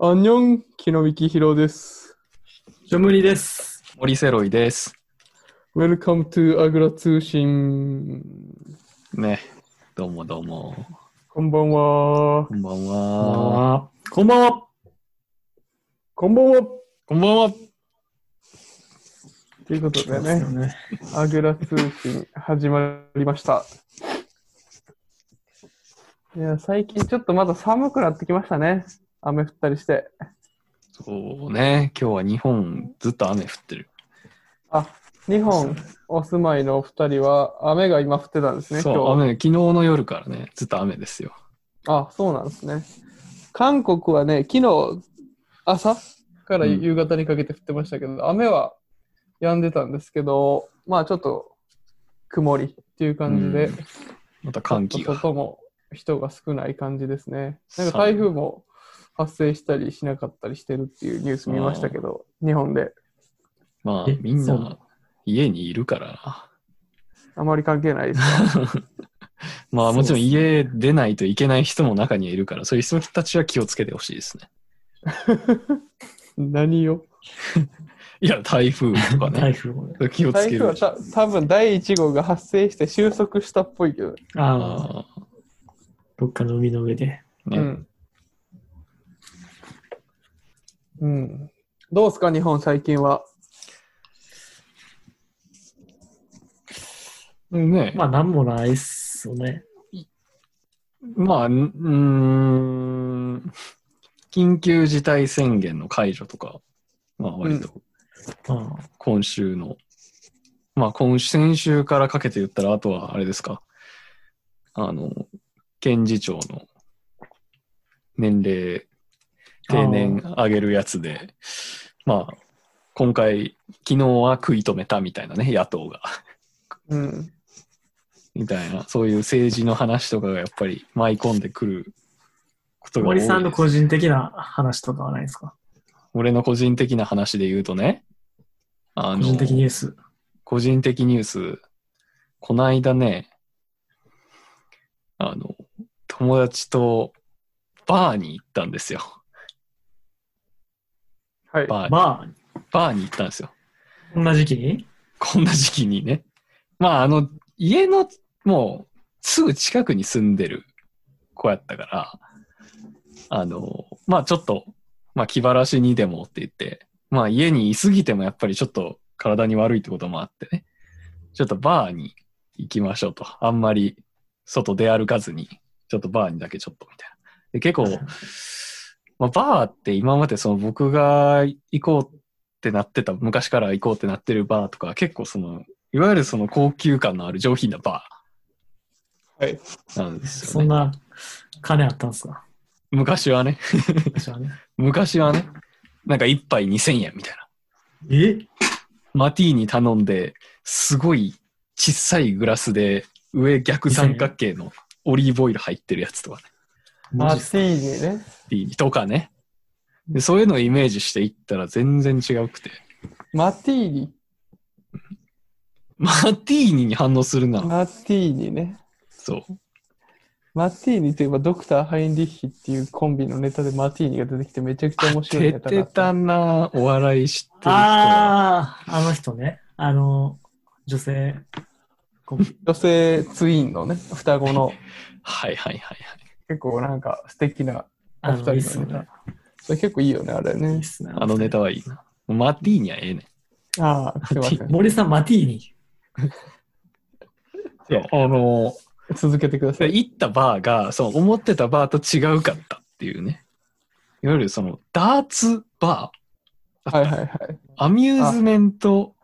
あんにょん、木の幹ひろです。ジョムリです。森セロイです。 Welcome to アグラ通信。ね。どうもどうも。こんばんは。こんばんこんばんは。は。こんばんは。こんばんは。こんばんは。ということでね、ね。アグラ通信始まりました。いや、最近ちょっとまだ寒くなってきましたね。雨降ったりして。そうね。今日は日本ずっと雨降ってる。あ、日本お住まいのお二人は雨が今降ってたんですね、今日そう、は。雨、昨日の夜からね、ずっと雨ですよ。あ、そうなんですね。韓国はね、昨日朝からうん夕方にかけて降ってましたけど、雨は止んでたんですけど、まあちょっと曇りっていう感じで、うんまた寒ち気ょっとが。外も人が少ない感じですね。なんか台風も発生したりしなかったりしてるっていうニュース見ましたけど、日本でまあえ、みんそうな家にいるから。あまり関係ないですか。まあ、もちろんそうっす家出ないといけない人も中にはいるから、そういう人たちは気をつけてほしいですね。何をいや、台風とか台ね。風をね。気をつ台風けるは。た多分第1号が発生して収束したっぽいけど、ああ、あどっかの海の上で。うーねん。うん。どうすか、日本最近は。ねまあ、なんもないっすよね。まあ、んうーん、緊急事態宣言の解除とか、まあ割とうん。今週の、まあ今週、先週からかけて言ったら、あとはあれですか、あの、検事長の年齢、定年上げるやつで、まあ、今回、昨日は食い止めたみたいなね、野党が。うん。みたいな、そういう政治の話とかがやっぱり舞い込んでくることが多い森です。さんの個人的な話とかはないですか俺の個人的な話で言うとね、あ個の、人的ニュース。個人的ニュース、こないだね、あの、友達とバーに行ったんですよ。はい。バーまバーに行ったんですよ。あ、こんな時期にこんな時期にね。まあ、あの、家の、もう、すぐ近くに住んでる子やったから、あの、まあちょっと、まあ気晴らしにでもって言って、まあ家に居すぎてもやっぱりちょっと体に悪いってこともあってね、ちょっとバーに行きましょうと。あんまり外出歩かずに、ちょっとバーにだけちょっとみたいな。で結構、まあ、バーって今までその僕が行こうってなってた、昔から行こうってなってるバーとか、結構その、いわゆるその高級感のある上品なバはい。ーなんですそよんね。な金あったん すか昔はね、私はね。昔はね、なんか一杯2000円みたいな。えマティーニ頼んで、すごい小さいグラスで、上逆三角形のオリーブオイル入ってるやつとかね。ママジっすティーニね。マティーニとかね。でそういうのをイメージしていったら全然違うくて。マティーニ。マティーニに反応するな。マティーニね。そう。マティーニといえばドクター・ハインリッヒっていうコンビのネタでマティーニが出てきてめちゃくちゃ面白い出ネタがあてった。たなお笑い知ってる人はああ、あの人ね。あの、女性コンビ。女性ツインのね、双子のはいはいはいはい。結構なんか素敵な、あお二人のの、いいっすよね。それ結構いいよね、あれいいねっ。すね。あのネタはいいな。マティーニはええねああ、すいません。森さん、マティーニ。ん。そうあの 続けてくださでい。行ったバーが、そう、思ってたバーと違うかったっていうね。いわゆるその、ダーツバ ー。はいはいはい。アミューズメント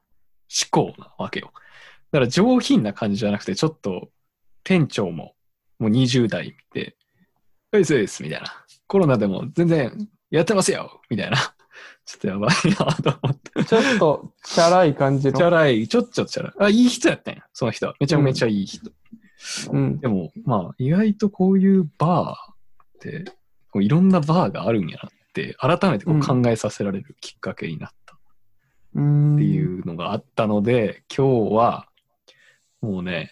志向なわけよ。だから上品な感じじゃなくて、ちょっと、店長も、もう20代で、うですうです、みたいな。コロナでも全然やってますよみたいな。ちょっとやばいなと思って。ちょっとチャラい感じチャの。ラい、ちょっちょっチャラい。あ、いい人やったんや、その人は。めちゃめちゃいい人。うん。でも、まあ、意外とこういうバーって、こういろんなバーがあるんやなって、改めてこうんう考えさせられるきっかけになったっうーんていうのがあったので、今日は、もうね、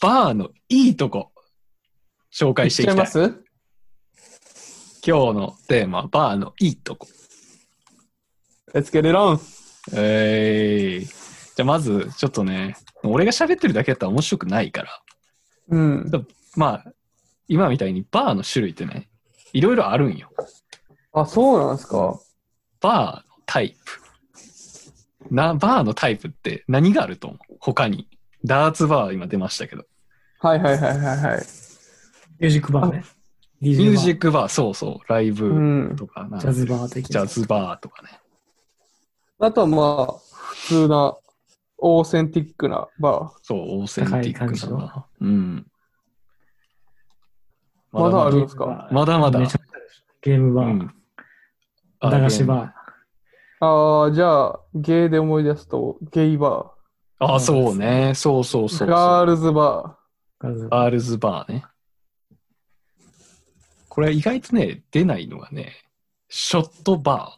バーのいいとこ、紹介していきたい。行っちゃいます今日のテーマ、バーのいいとこ。 Let's get it on! えーい。じゃあまず、ちょっとね、俺が喋ってるだけだったら面白くないから。うん。まあ、今みたいにバーの種類ってね、いろいろあるんよ。あ、そうなんですか。バーのタイプ。な、バーのタイプって何があると思う他に。ダーツバー今出ましたけど。はいはいはいはいはい。ミュージックバーね。ミミュージッックバー、そうそう、ライうブん。とか、なんジャズバー的ジャズバーとかね。あとはまあ、普通な、オーセンティックなバそう、オーセンティッ高い感じクなの。うん。ー。まだあるんですまだかまだまだめちゃ。くちゃゲームバうー、ん駄菓子バああ、じゃあ、ゲイで思い出すと、ゲイバああ、そうね。そうそうー、そうそう。ガールズバー。ガールズバーね。これ意外とね、出ないのがね、ショットバ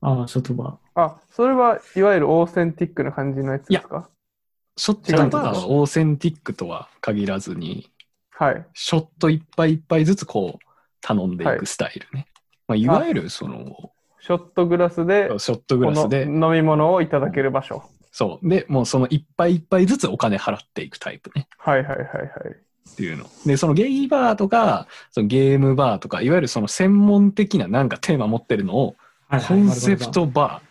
ああ、ショットバー。あ、それはいわゆるオーセンティックな感じのやつですかー。ショットバーはオーセンティックとは限らずに、はい。ショットいっぱいいっぱいずつこう、頼んでいくスタイルね。いまあ、いわゆるその、ショットグラスで、ショットグラスでこ、の飲み物をいただける場所。そう。で、もうそのいっぱいいっぱいずつお金払っていくタイプね。はいはいはいはい。っていうの。で、そのゲイバーとか、そのゲームバーとか、いわゆるその専門的ななんかテーマ持ってるのを、ー。コンセプトバーっ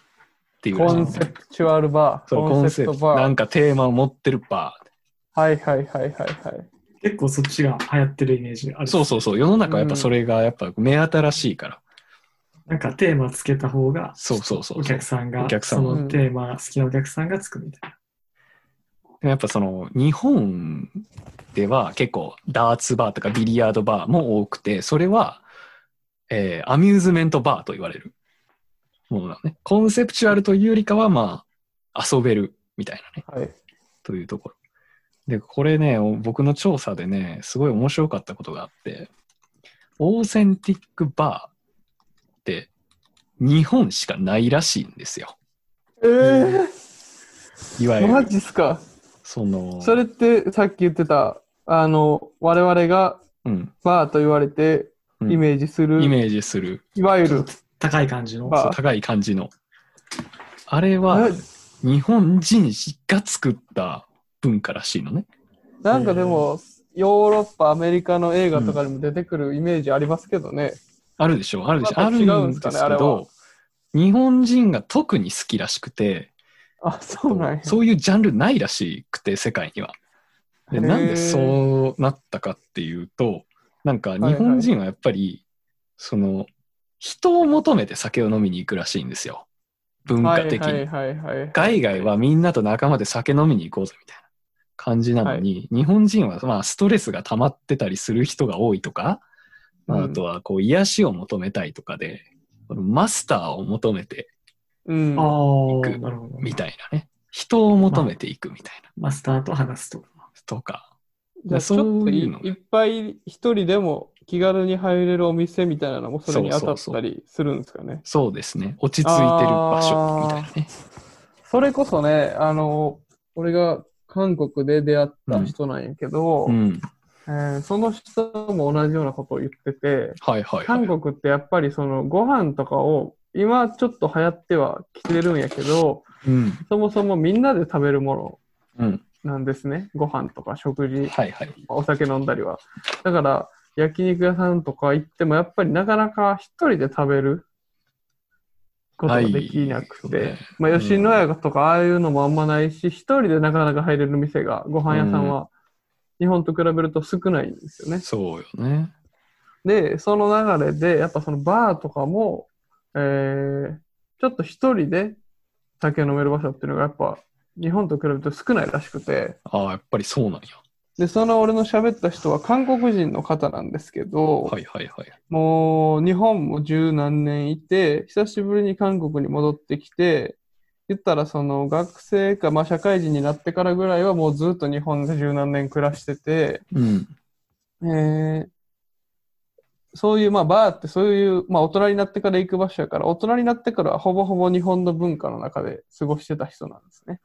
ていうらしコいんンですセよプチュアルバー。そう、ココンンセセププトトバー。なバんー。かテーマを持ってるバはいはいはいはいはい。結構そっちが流行ってるイメージあー。る。そうそうそう。世の中はやっぱそれがやっぱ目新しいから。なんかテーマつけた方が、そうそうそうお客さんが、お客さんそはのテーマ、好きなお客さんがつくみたいやっぱその日本では結構ダーツバーとかビリヤードバーも多くて、それは、えーアミューズメントバーと言われるものだね。コンセプチュアルというよりかはまあ遊べるみたいなね。はい。というところ。で、これね、お僕の調査でね、すごい面白かったことがあって、オーセンティックバーって日本しかないらしいんですよ。えー、いわゆマる、ジっすか。その、それってさっき言ってた、あの、我々がうん、バーと言われてうんイメージする、イメージするいわゆるな。高い感じの。バーそう高い感じの。あれは日本人が作った文化らしいのね。ななんかでも、ヨーロッパ、アメリカの映画とかにも出てくるイメージありますけどね。あるでしょあるでしょ、またある違うんんすでかねすあけれはど、日本人が特に好きらしくて、あ、そうなんや。そういうジャンルないらしくて、世界には。で、へーなんでそうなったかっていうと、なんか日本人はやっぱり、その、人を求めて酒を飲みに行くらしいんですよ。文化的はいに。はいはいはい。海外はみんなと仲間で酒飲みに行こうぜみたいな感じなのに、日本人はまあストレスが溜まってたりする人が多いとか、まあうんあとはこう癒しを求めたいとかで、このマスターを求めてうん。ああは、くなるほど。みたいなね。人を求めていくみたいな。マスターと話すと。とか。じゃあちょっそうといいうのねいっぱい一人でも気軽に入れるお店みたいなのもそれに当たっそうそたりするんですかね。そうですね。落ち着いてる場所みたいなね。それこそね、あの、俺が韓国で出会った人なんやけど、うん。えーその人も同じようなことを言ってて、はいはいは韓い。国ってやっぱりそのご飯とかを今ちょっと流行ってはきてるんやけど、うん。そもそもみんなで食べるもうん。のなんですね。ご飯とか食事、はいはい。お酒飲んだりは。だから焼肉屋さんとか行ってもやっぱりなかなか一人で食べることができなくて。はいそうねまあ、うん吉野家とかああいうのもあんまないし、一人でなかなか入れる店が、ご飯屋さんは日本と比べると少ないんですよね。そうよね。で、その流れで、やっぱそのバーとかも、えー、ちょっと一人で酒飲める場所っていうのがやっぱ日本と比べると少ないらしくて、ああ、やっぱりそうなんや。で、その俺の喋った人は韓国人の方なんですけど、はいはいはい。もう日本も十何年いて、久しぶりに韓国に戻ってきて、言ったらその学生か、まあ社会人になってからぐらいはもうずっと日本で十何年暮らしてて、うん。えーそういう、まあ、バーってそういう、まあ、大人になってから行く場所やから、大人になってからはほぼほぼ日本の文化の中で過ごしてた人なんですね。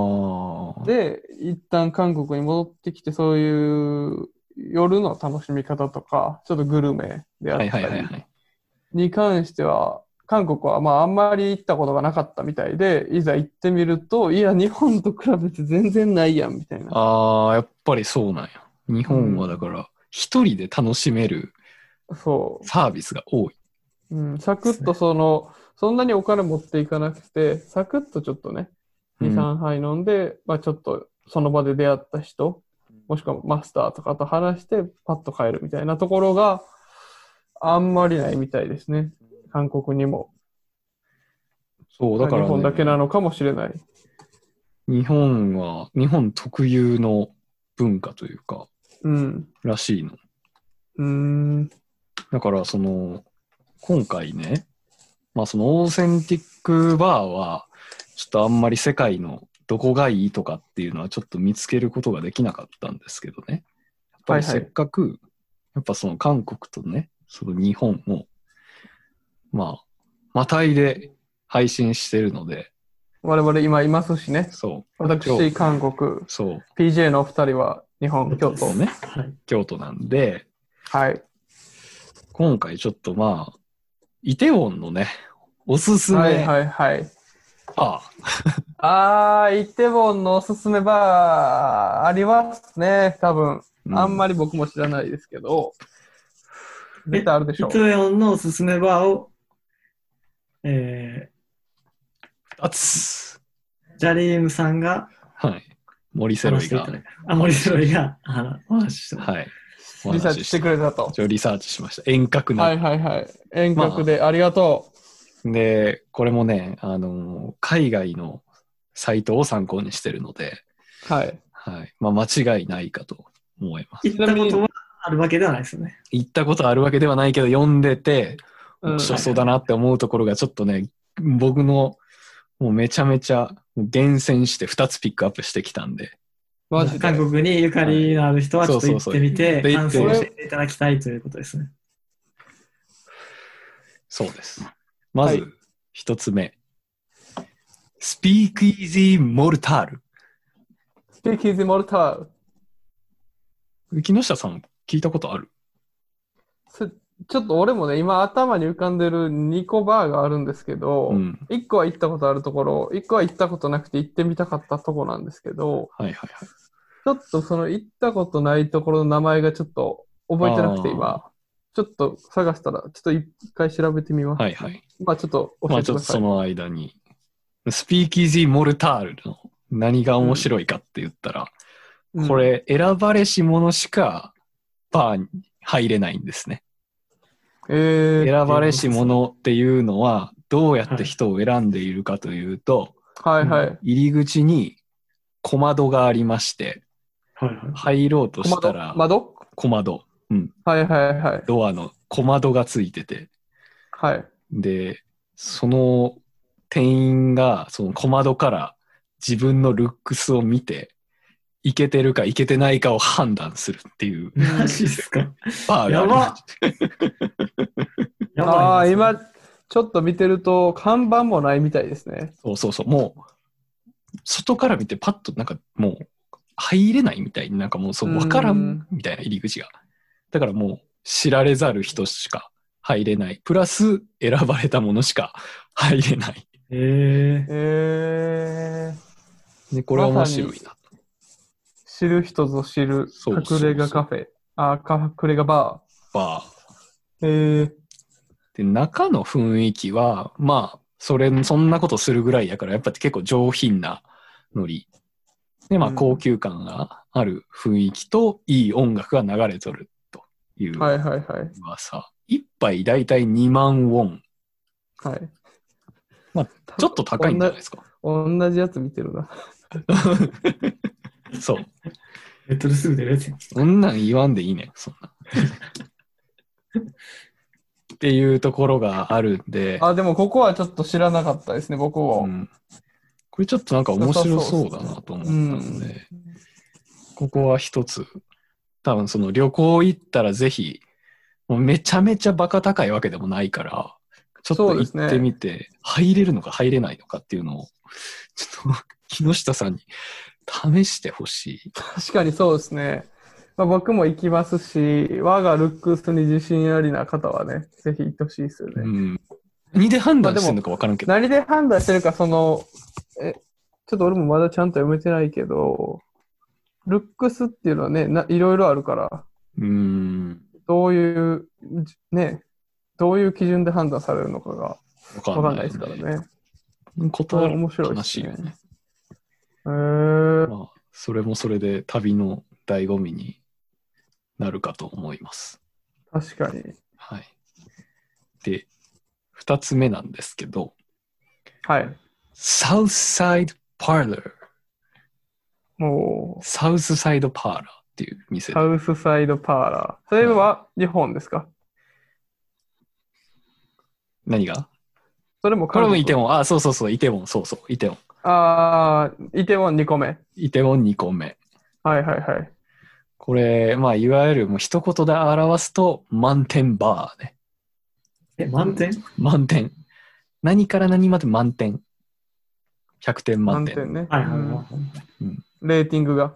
ああ。で、一旦韓国に戻ってきて、そういう夜の楽しみ方とか、ちょっとグルメであっはいはたいはいりはい。に関しては、韓国はまああんまり行ったことがなかったみたいで、いざ行ってみると、いや、日本と比べて全然ないやん、みたいな。ああ、やっぱりそうなんや。日本はだから、一人で楽しめるそサービスが多い。う。うん、サクッとその、そんなにお金持っていかなくて、サクッとちょっとね、う2、ん3杯飲んで、まあちょっとその場で出会った人、もしくはマスターとかと話して、パッと帰るみたいなところがあんまりないみたいですね。韓国にも。そう、だから、ね、日本だけなのかもしれない。日本は、日本特有の文化というか、うん。らしいの。うーん。だから、その、今回ね、まあそのオーセンティックバーは、ちょっとあんまり世界のどこがいいとかっていうのはちょっと見つけることができなかったんですけどね。やっぱりはいはせいっかく、やっぱその韓国とね、その日本を、まあ、またいで配信してるので、我々今いますしね。そう、私、韓国、そう、 PJ のお二人は日本、京都そう。ね、はい。京都なんで、はい。今回ちょっとまあ、イテウォンのね、おすすはいめバはいはい。ーあー、イテウォンのおすすめバーありますね、多分。あんまり。り僕も知らないですけど、え絶対あるでしょイトヨンのおすすめバーを、え二つ。ー、ジャリームさんがはい。森セロ話イしていがただいた。あ、森セロイがあのお話ししてもらっはい。おう。リサーチしてくれたと。一応リサーチしました。遠隔の。はいはいはい。遠隔でありがとで、これもね、あのー海外のサイトを参考にしてるので、う。はい。はい。まあ、間違いないかと思います。た。行ったことはあるわけではないですよね。行ったことあるわけではないけど、読んでて、うん面白そうだなって思うところがちょっとね、僕のもうめちゃめちゃ厳選して2つピックアップしてきたんで、マジで。韓国にゆかりのある人はちょっと行ってみて、はい感そうそうそう想していただきたいということですね。そうです。まはいず、一つ目。スピークイージーモルタール。スピーキーズモルター。木下さん、聞いたことあるそちょっと俺もね、今頭に浮かんでる2個バーがあるんですけど、うん。 1個は行ったことあるところ、1個は行ったことなくて行ってみたかったとこなんですけど、はいはいはい。ちょっとその行ったことないところの名前がちょっと覚えてなくてあー今、ちょっと探したら、ちょっと一回調べてみます。はいはい。まあちょっと教まえあてちくょっだとさそい。の間に、スピークイージーモルタールの何が面白いかって言ったら、うんこ、れ選ばれし者しかバーに入れないんですね。えー、選ばれし者っていうのは、どうやって人を選んでいるかというと、はいはい。入り口に小窓がありまして、はいはい。入ろうと小した窓ら、窓小窓、うん、はいはいはい。ドアの小窓がついてて、はい。で、その店員がその小窓から自分のルックスを見て、いけてるかいけてないかを判断するっていうマジですか。バーがありましてやばいああ、ですね今、ちょっと見てると、看板もないみたいですね。そうそうそう、もう、外から見てパッとなんかもう入れないみたいになんかもうそううんわからんみたいな入り口が。だからもう知られざる人しか入れない。プラス選ばれたものしか入れない。ええー、ね、これは面白いな。知る人ぞ知るそうそうそう隠れ家カフェ。ああ、隠れ家ババー。ー。えー、で、中の雰囲気は、まあ、それ、そんなことするぐらいやから、やっぱ結構上品なノリ。で、まあ、うん高級感がある雰囲気と、いい音楽が流れとるというはい噂。はいはい。一杯だいたい2万ウォン。はい。まあ、ちょっと高いんじゃないですか。同じ同じやつ見てるな。そう。ー、ネットですぐ出るやつやそんなん言わんでいいねんそん な。っていうところがあるんで。あ、でもここはちょっと知らなかったですね、僕も。うんこれちょっとなんか面白そうだなと思ったので、ここは一つ、多分その旅行行ったらぜひ、もうめちゃめちゃバカ高いわけでもないから、ちょっとそうです行ねってみて、入れるのか入れないのかっていうのを、ちょっと木下さんに試してほしい。 確かにそうですね。まあ、僕も行きますし、我がルックスに自信ありな方はね、ぜひ行ってほしいですよね。うん。何で判断してるのか分からんけど。何で判断してるか、その、え、ちょっと俺もまだちゃんと読めてないけど、ルックスっていうのはね、ないろいろあるから、うん。どういう、じね、どういう基準で判断されるのかが分わかかんんなないでいすからね。。断る面白いで悲すしねいよね。へーまあ、それもそれで旅の醍醐味になるかと思います。確かに。はい。で、二つ目なんですけど、はい。サウスサイドパーラー。もサウスサイドパーラーっていうう、店でハウスサイドパーラー。それは日本ですか何がそれもこれもイテウォン。ウォン。あ、そうそうそう、イテウォン、そうそう、イテウォン。あー、イテウォン2個目。イテウォン2個目。はいはいはい。これ、まあ、いわゆるもう一言で表すと、満点バーね。え、満点満点。何から何まで満点。100点満満点。点ね。はいはいうはんい。レーティングが。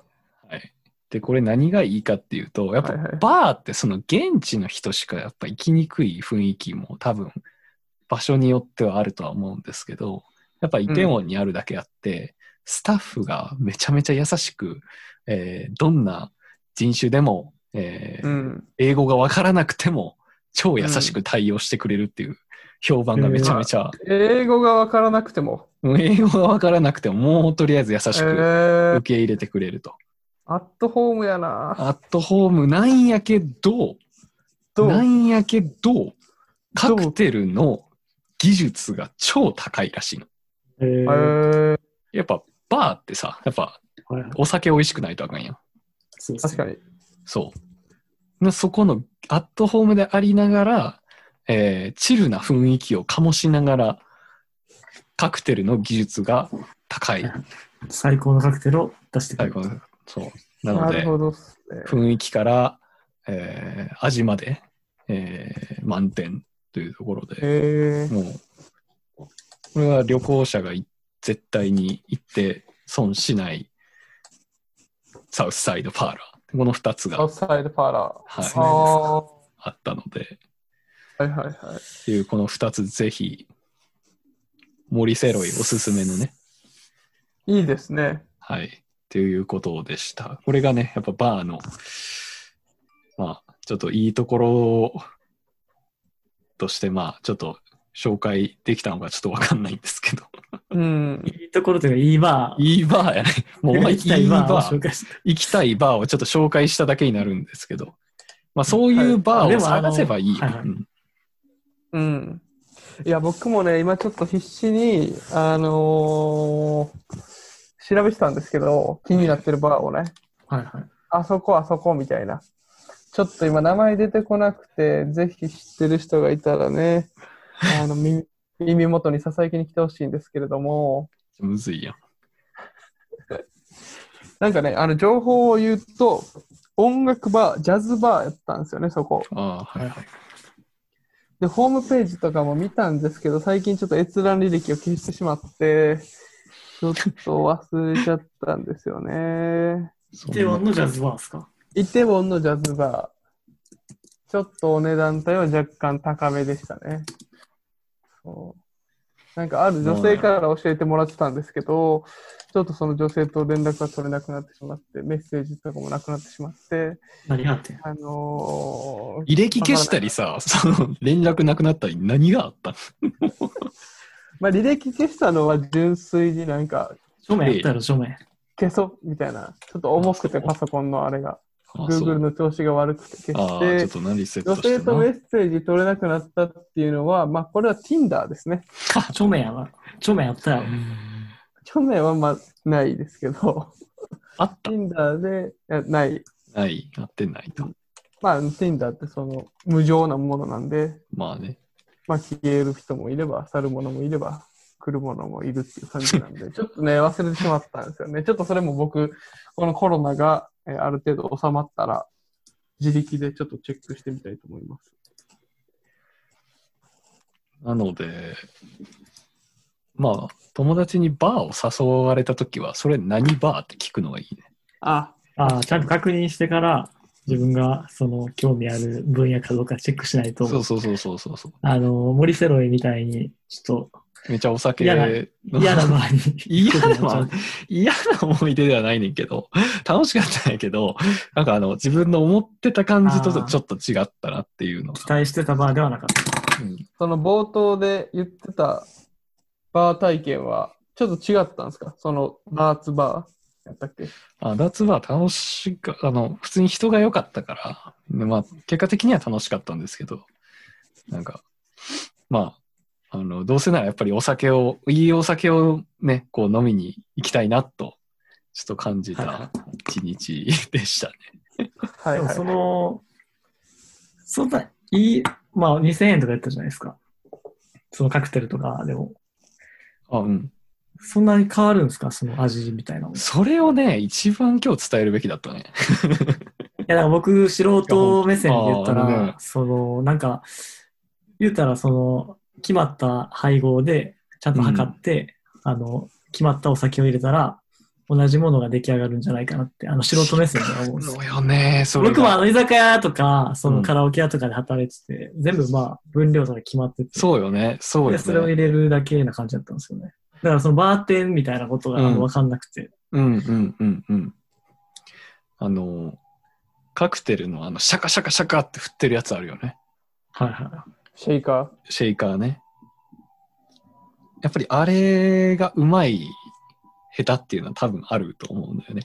はい。で、これ何がいいかっていうと、やっぱはいはいバーってその現地の人しかやっぱ行きにくい雰囲気も多分場所によってはあるとは思うんですけど、やっぱイテウォンにあるだけあって、スタッフがめちゃめちゃ優しく、えーどんな人種でも、えーうん。英語がわからなくても超優しく対応してくれるっていう評判がめちゃめちゃ、英語がわからなくても。もう英語がわからなくてももうとりあえず優しえくー受け入れてくれると。アットホームやな。アットホームなんやけど、どなうんやけど、カクテルの技術が超高いらしいの。えーえーやっぱバーってさ、やっぱはいはいお酒美味しくないとあかんやん。そうです確ねかに。そう。なそこのアットホームでありながら、えーチルな雰囲気を醸しながら、カクテルの技術が高い。最高のカクテルを出してくれ最る高のそう。ななのるで、ほどっすね。雰囲気から、えー味まで、えー満点というところで。えーもう、これは旅行者がい絶対に行って損しないサウスサイドパーラー。この2つアウが、トサイドパーラー。はいそあうあ、はあったので、いはいはい。っていうこの2つぜひ、森セロイおすすめのね、いいですね。はい、っていうことでした。これがね、やっぱバーの、まあ、ちょっといいところとして、まあ、ちょっと紹介できたのかちょっとわかんないんですけど、うん。いいところというか、いいバー。いいバーやね。もう、行きたいバーをいい紹介して。行きたいバーをちょっと紹介しただけになるんですけど、まあ、そういうバはいーでをもあの探せばいいよ。はいはいうんうん。いや、僕もね、今ちょっと必死に、あのー調べてたんですけど、気になってるバーをね、はいはい。あそこあそこみたいな。ちょっと今名前出てこなくて、ぜひ知ってる人がいたらね、あの、耳耳元にささやきに来てほしいんですけれども、むずいやん。なんかね、あの、情報を言うと、音楽バー、ジャズバーやったんですよね、そこ。ああ、はいはい。で、ホームページとかも見たんですけど、最近ちょっと閲覧履歴を消してしまって、ちょっと忘れちゃったんですよね。そうテウォンのジャズバーですかイテウォンのジャズバー。ちょっとお値段帯は若干高めでしたね。そうなんかある女性から教えてもらってたんですけど、ちょっとその女性と連絡が取れなくなってしまって、メッセージとかもなくなってしまって、何があってあのー履歴消したりさ、その連絡なくなったり何があったのまあ、履歴消したのは純粋になんか署名やったら署 名。消そうみたいな、ちょっと重くてパソコンのあれが、あそ Google うの調子が悪くてあ消ー、し、ちょってと何リセッ女トして性んとメのッセージ取れなくなったっていうのは、まあこれは Tinder ですね。署名やな。署名やったら、去年はまあないですけ ど、あった Tinder でいやない。ない、あってないと。まあ Tinder ってその無情なものなんで、まあね。まあ消える人もいれば、去る者もいれば、来る者もいるっていう感じなん で、ちょっとね、忘れてしまったんですよね。ちょっとそれも僕、このコロナがえーある程度収まったら、自力でちょっとチェックしてみたいと思います。なので、まあ、友達にバーを誘われたときは、それ何バーって聞くのがいいね。あ、あーちゃんと確認してから、自分がその興味ある分野かどうかチェックしないと、そうそうそうそうそうそう。あの、森セロイみたいに、ちょっめちゃお酒。嫌なと 嫌な場合に嫌なちょっと 嫌な思い出ではないねんけど、楽しかったんやけど、なんかあの、自分の思ってた感じとあーちょっと違ったなっていうの期が。待してた場ではなかった。うんその冒頭で言ってたバー体験は、ちょっと違ったんですかそのダーツバーやったっけあ、脱は楽しか、あの、普通に人が良かったから、でまあ、結果的には楽しかったんですけど、なんか、まあ、あの、どうせならやっぱりお酒を、いいお酒をね、こう飲みに行きたいなと、ちょっと感じは いた一日でしたね。はでいもはい。その、そんな、いい、まあ2000円とかやったじゃないですか。そのカクテルとかでも。あ、うん。そんなに変わるんですかその味みたいなの。いそれをね、一番今日伝えるべきだったね。や、だから僕、素人目線で言ったいやほんあーあのねら、その、なんか、言ったら、その、決まった配合で、ちゃんと測って、あの、決まったお酒を入れたら、同じものが出来上がるんじゃないかなって、あの、素人目線では思うんですよのよね、それが僕もあの居酒屋とか、そうのんカラオケ屋とかで働いてて、全部まあ分量とか決まってて、そうよね、そうでよそれを入ね。れるだけな感じだったんですよね。だからそのバーテンみたいなことがうん分かんなくて、うんうんうんうん。あの、カクテルのあの、シャカシャカシャカって振ってるやつあるよね。はいはシェイカシェイカーね。やっぱりあれがうまい下手っていうのは多分あると思うんだよね。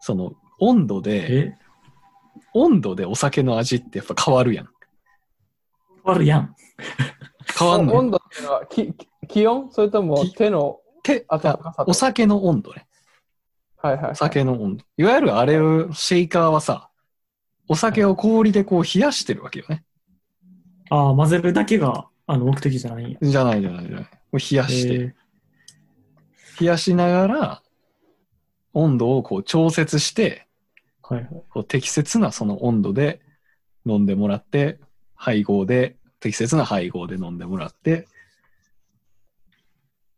その温度い。で、え温度でお酒の味ってやっぱ変わるやん。変わるやん。ー。変わんのよ温度っていうのはき気温それともき手の手温かさあお酒の温度ね。はいはいはい、お酒の温度。いわゆるあれを、シェイカーはさ、お酒を氷でこう冷やしてるわけよね。ああ、混ぜるだけがあの目的じゃないんや。じゃないじゃないじゃない。これ冷やして。え冷やしながら、温度をこう調節して、ーはいはい。こう適切なその温度で飲んでもらって、配合で、適切な配合で飲んでもらって、っ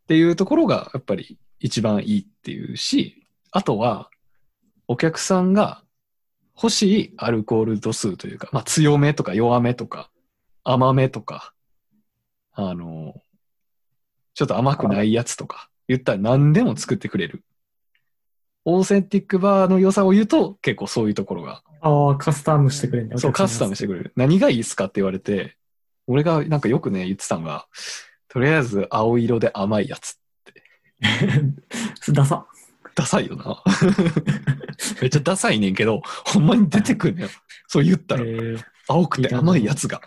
ていうところがやっぱり一番いいっていうし、あとはお客さんが欲しいアルコール度数というか、まあ強めとか弱めとか甘めとか、あの、ちょっと甘くないやつとか、言ったら何でも作ってくれる。オーセンティックバーの良さを言うと結構そういうところがああ、カスタムしてくれんだ。そう、カスタムしててくれる。何がいいですかって言われて、俺がなんかよくね、言ってたのが、とりあえず青色で甘いやつ。 ダサ。ダサいよな。 めっちゃダサいねんけど、ほんまに出てくんのよ。そう言ったえら、ー青くて甘いやつが。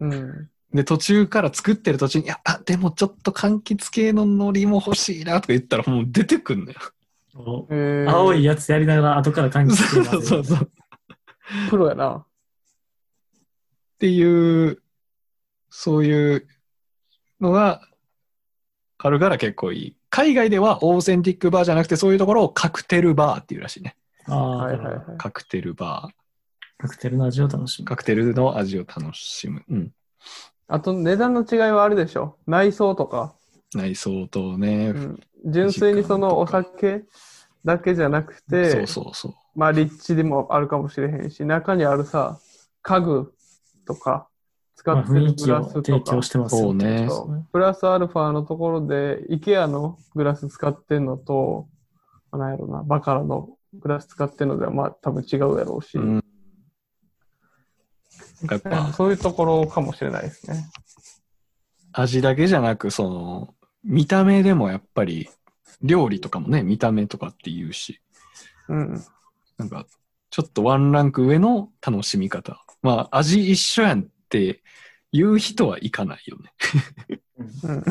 うん。で、途中から作ってる途中に、いや、あ、でもちょっと柑橘系の海苔も欲しいなとか言ったら、もう出てくんのよ。こうえー、青いやつやりながら後から感じて そうそうそうそう。っプロやな。ていう、そういうのがあるから結構いい。海外ではオーセンティックバーじゃなくて、そういうところをカクテルバーっていうらしいね。ああ、はいはいなはるいほど。カクテルバカクテルの味を楽しー。む。カクテルの味を楽しむ。うん。あと値段の違いはあれでしょ。内装とか。内装とねう。ん、純粋にそのお酒だけじゃなくて、そうそうそう。まあ立地でもあるかもしれへんし、中にあるさ、家具とか、使まあ、って雰る囲グ気ラをス提と供かし、てますよそうねってことですねプラスアルファのところで、IKEA のグラス使ってんのと、まあなんやろな、バカラのグラス使ってんのでは、まあ多分違うやろうし、うん。なんかやっぱそういうところかもしれないですね。味だけじゃなく、その、見た目でもやっぱり、料理とかもね、見た目とかって言うし、うん。なんか、ちょっとワンランク上の楽しみ方。まあ、味一緒やんって言う人はいかないよね。うん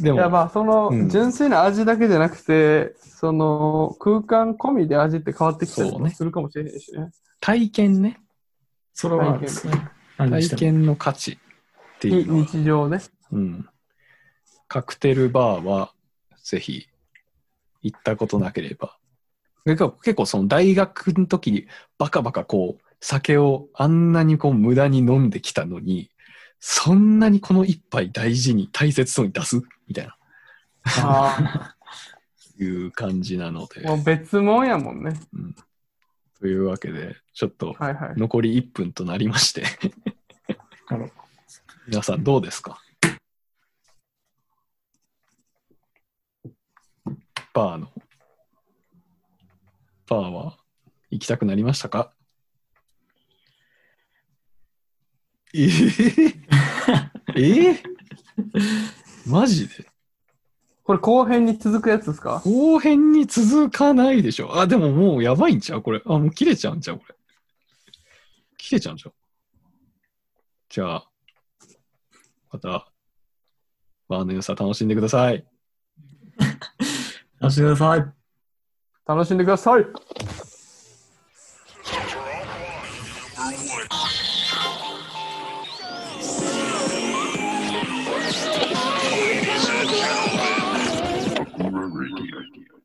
でいやも、まあそのうん純粋な味だけじゃなくて、その空間込みで味って変わってきたりそもうねするかもしれへんしね。体験ね。それはですね。何体にしても験の価値ってい非うのは日常 ね。うん。カクテルバーは、ぜひ、行ったことなければ。結構、結構その大学の時に、バカバカこう、酒をあんなにこう、無駄に飲んできたのに、そんなにこの一杯大事に、大切そうに出すみたいな。あいう感じなので、もう別物やもんね。うんというわけで、ちょっとはいはい。残り1分となりまして、 あの皆さんどうですかバーの。バーは行きたくなりましたかええ ええマジでこれ後編に続くやつですか後編に続かないでしょ。あ、でももうやばいんちゃうこれ。あ、もう切れちゃうんちゃうこれ。切れちゃうんちゃうじゃあ、また、バーの良さ楽しんでください。出してください。楽しんでください Radio.